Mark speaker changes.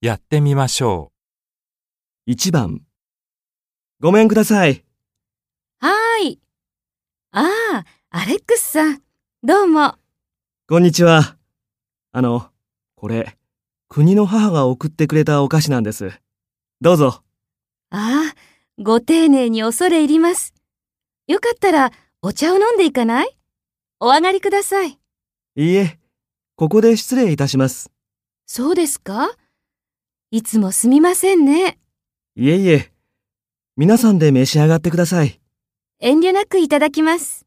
Speaker 1: やってみましょ
Speaker 2: 1番ごめんください。
Speaker 3: はーい。ああ、アレックスさん。どうも。
Speaker 2: こんにちは。あの、これ、国の母が送ってくれたお菓子なんです。どうぞ。
Speaker 3: ああ、ご丁寧に恐れ入ります。よかったら、お茶を飲んでいかないお上がりください。
Speaker 2: いいえ、ここで失礼いたします。
Speaker 3: そうですかいつもすみませんね。
Speaker 2: いえいえ、皆さんで召し上がってください。
Speaker 3: 遠慮なくいただきます。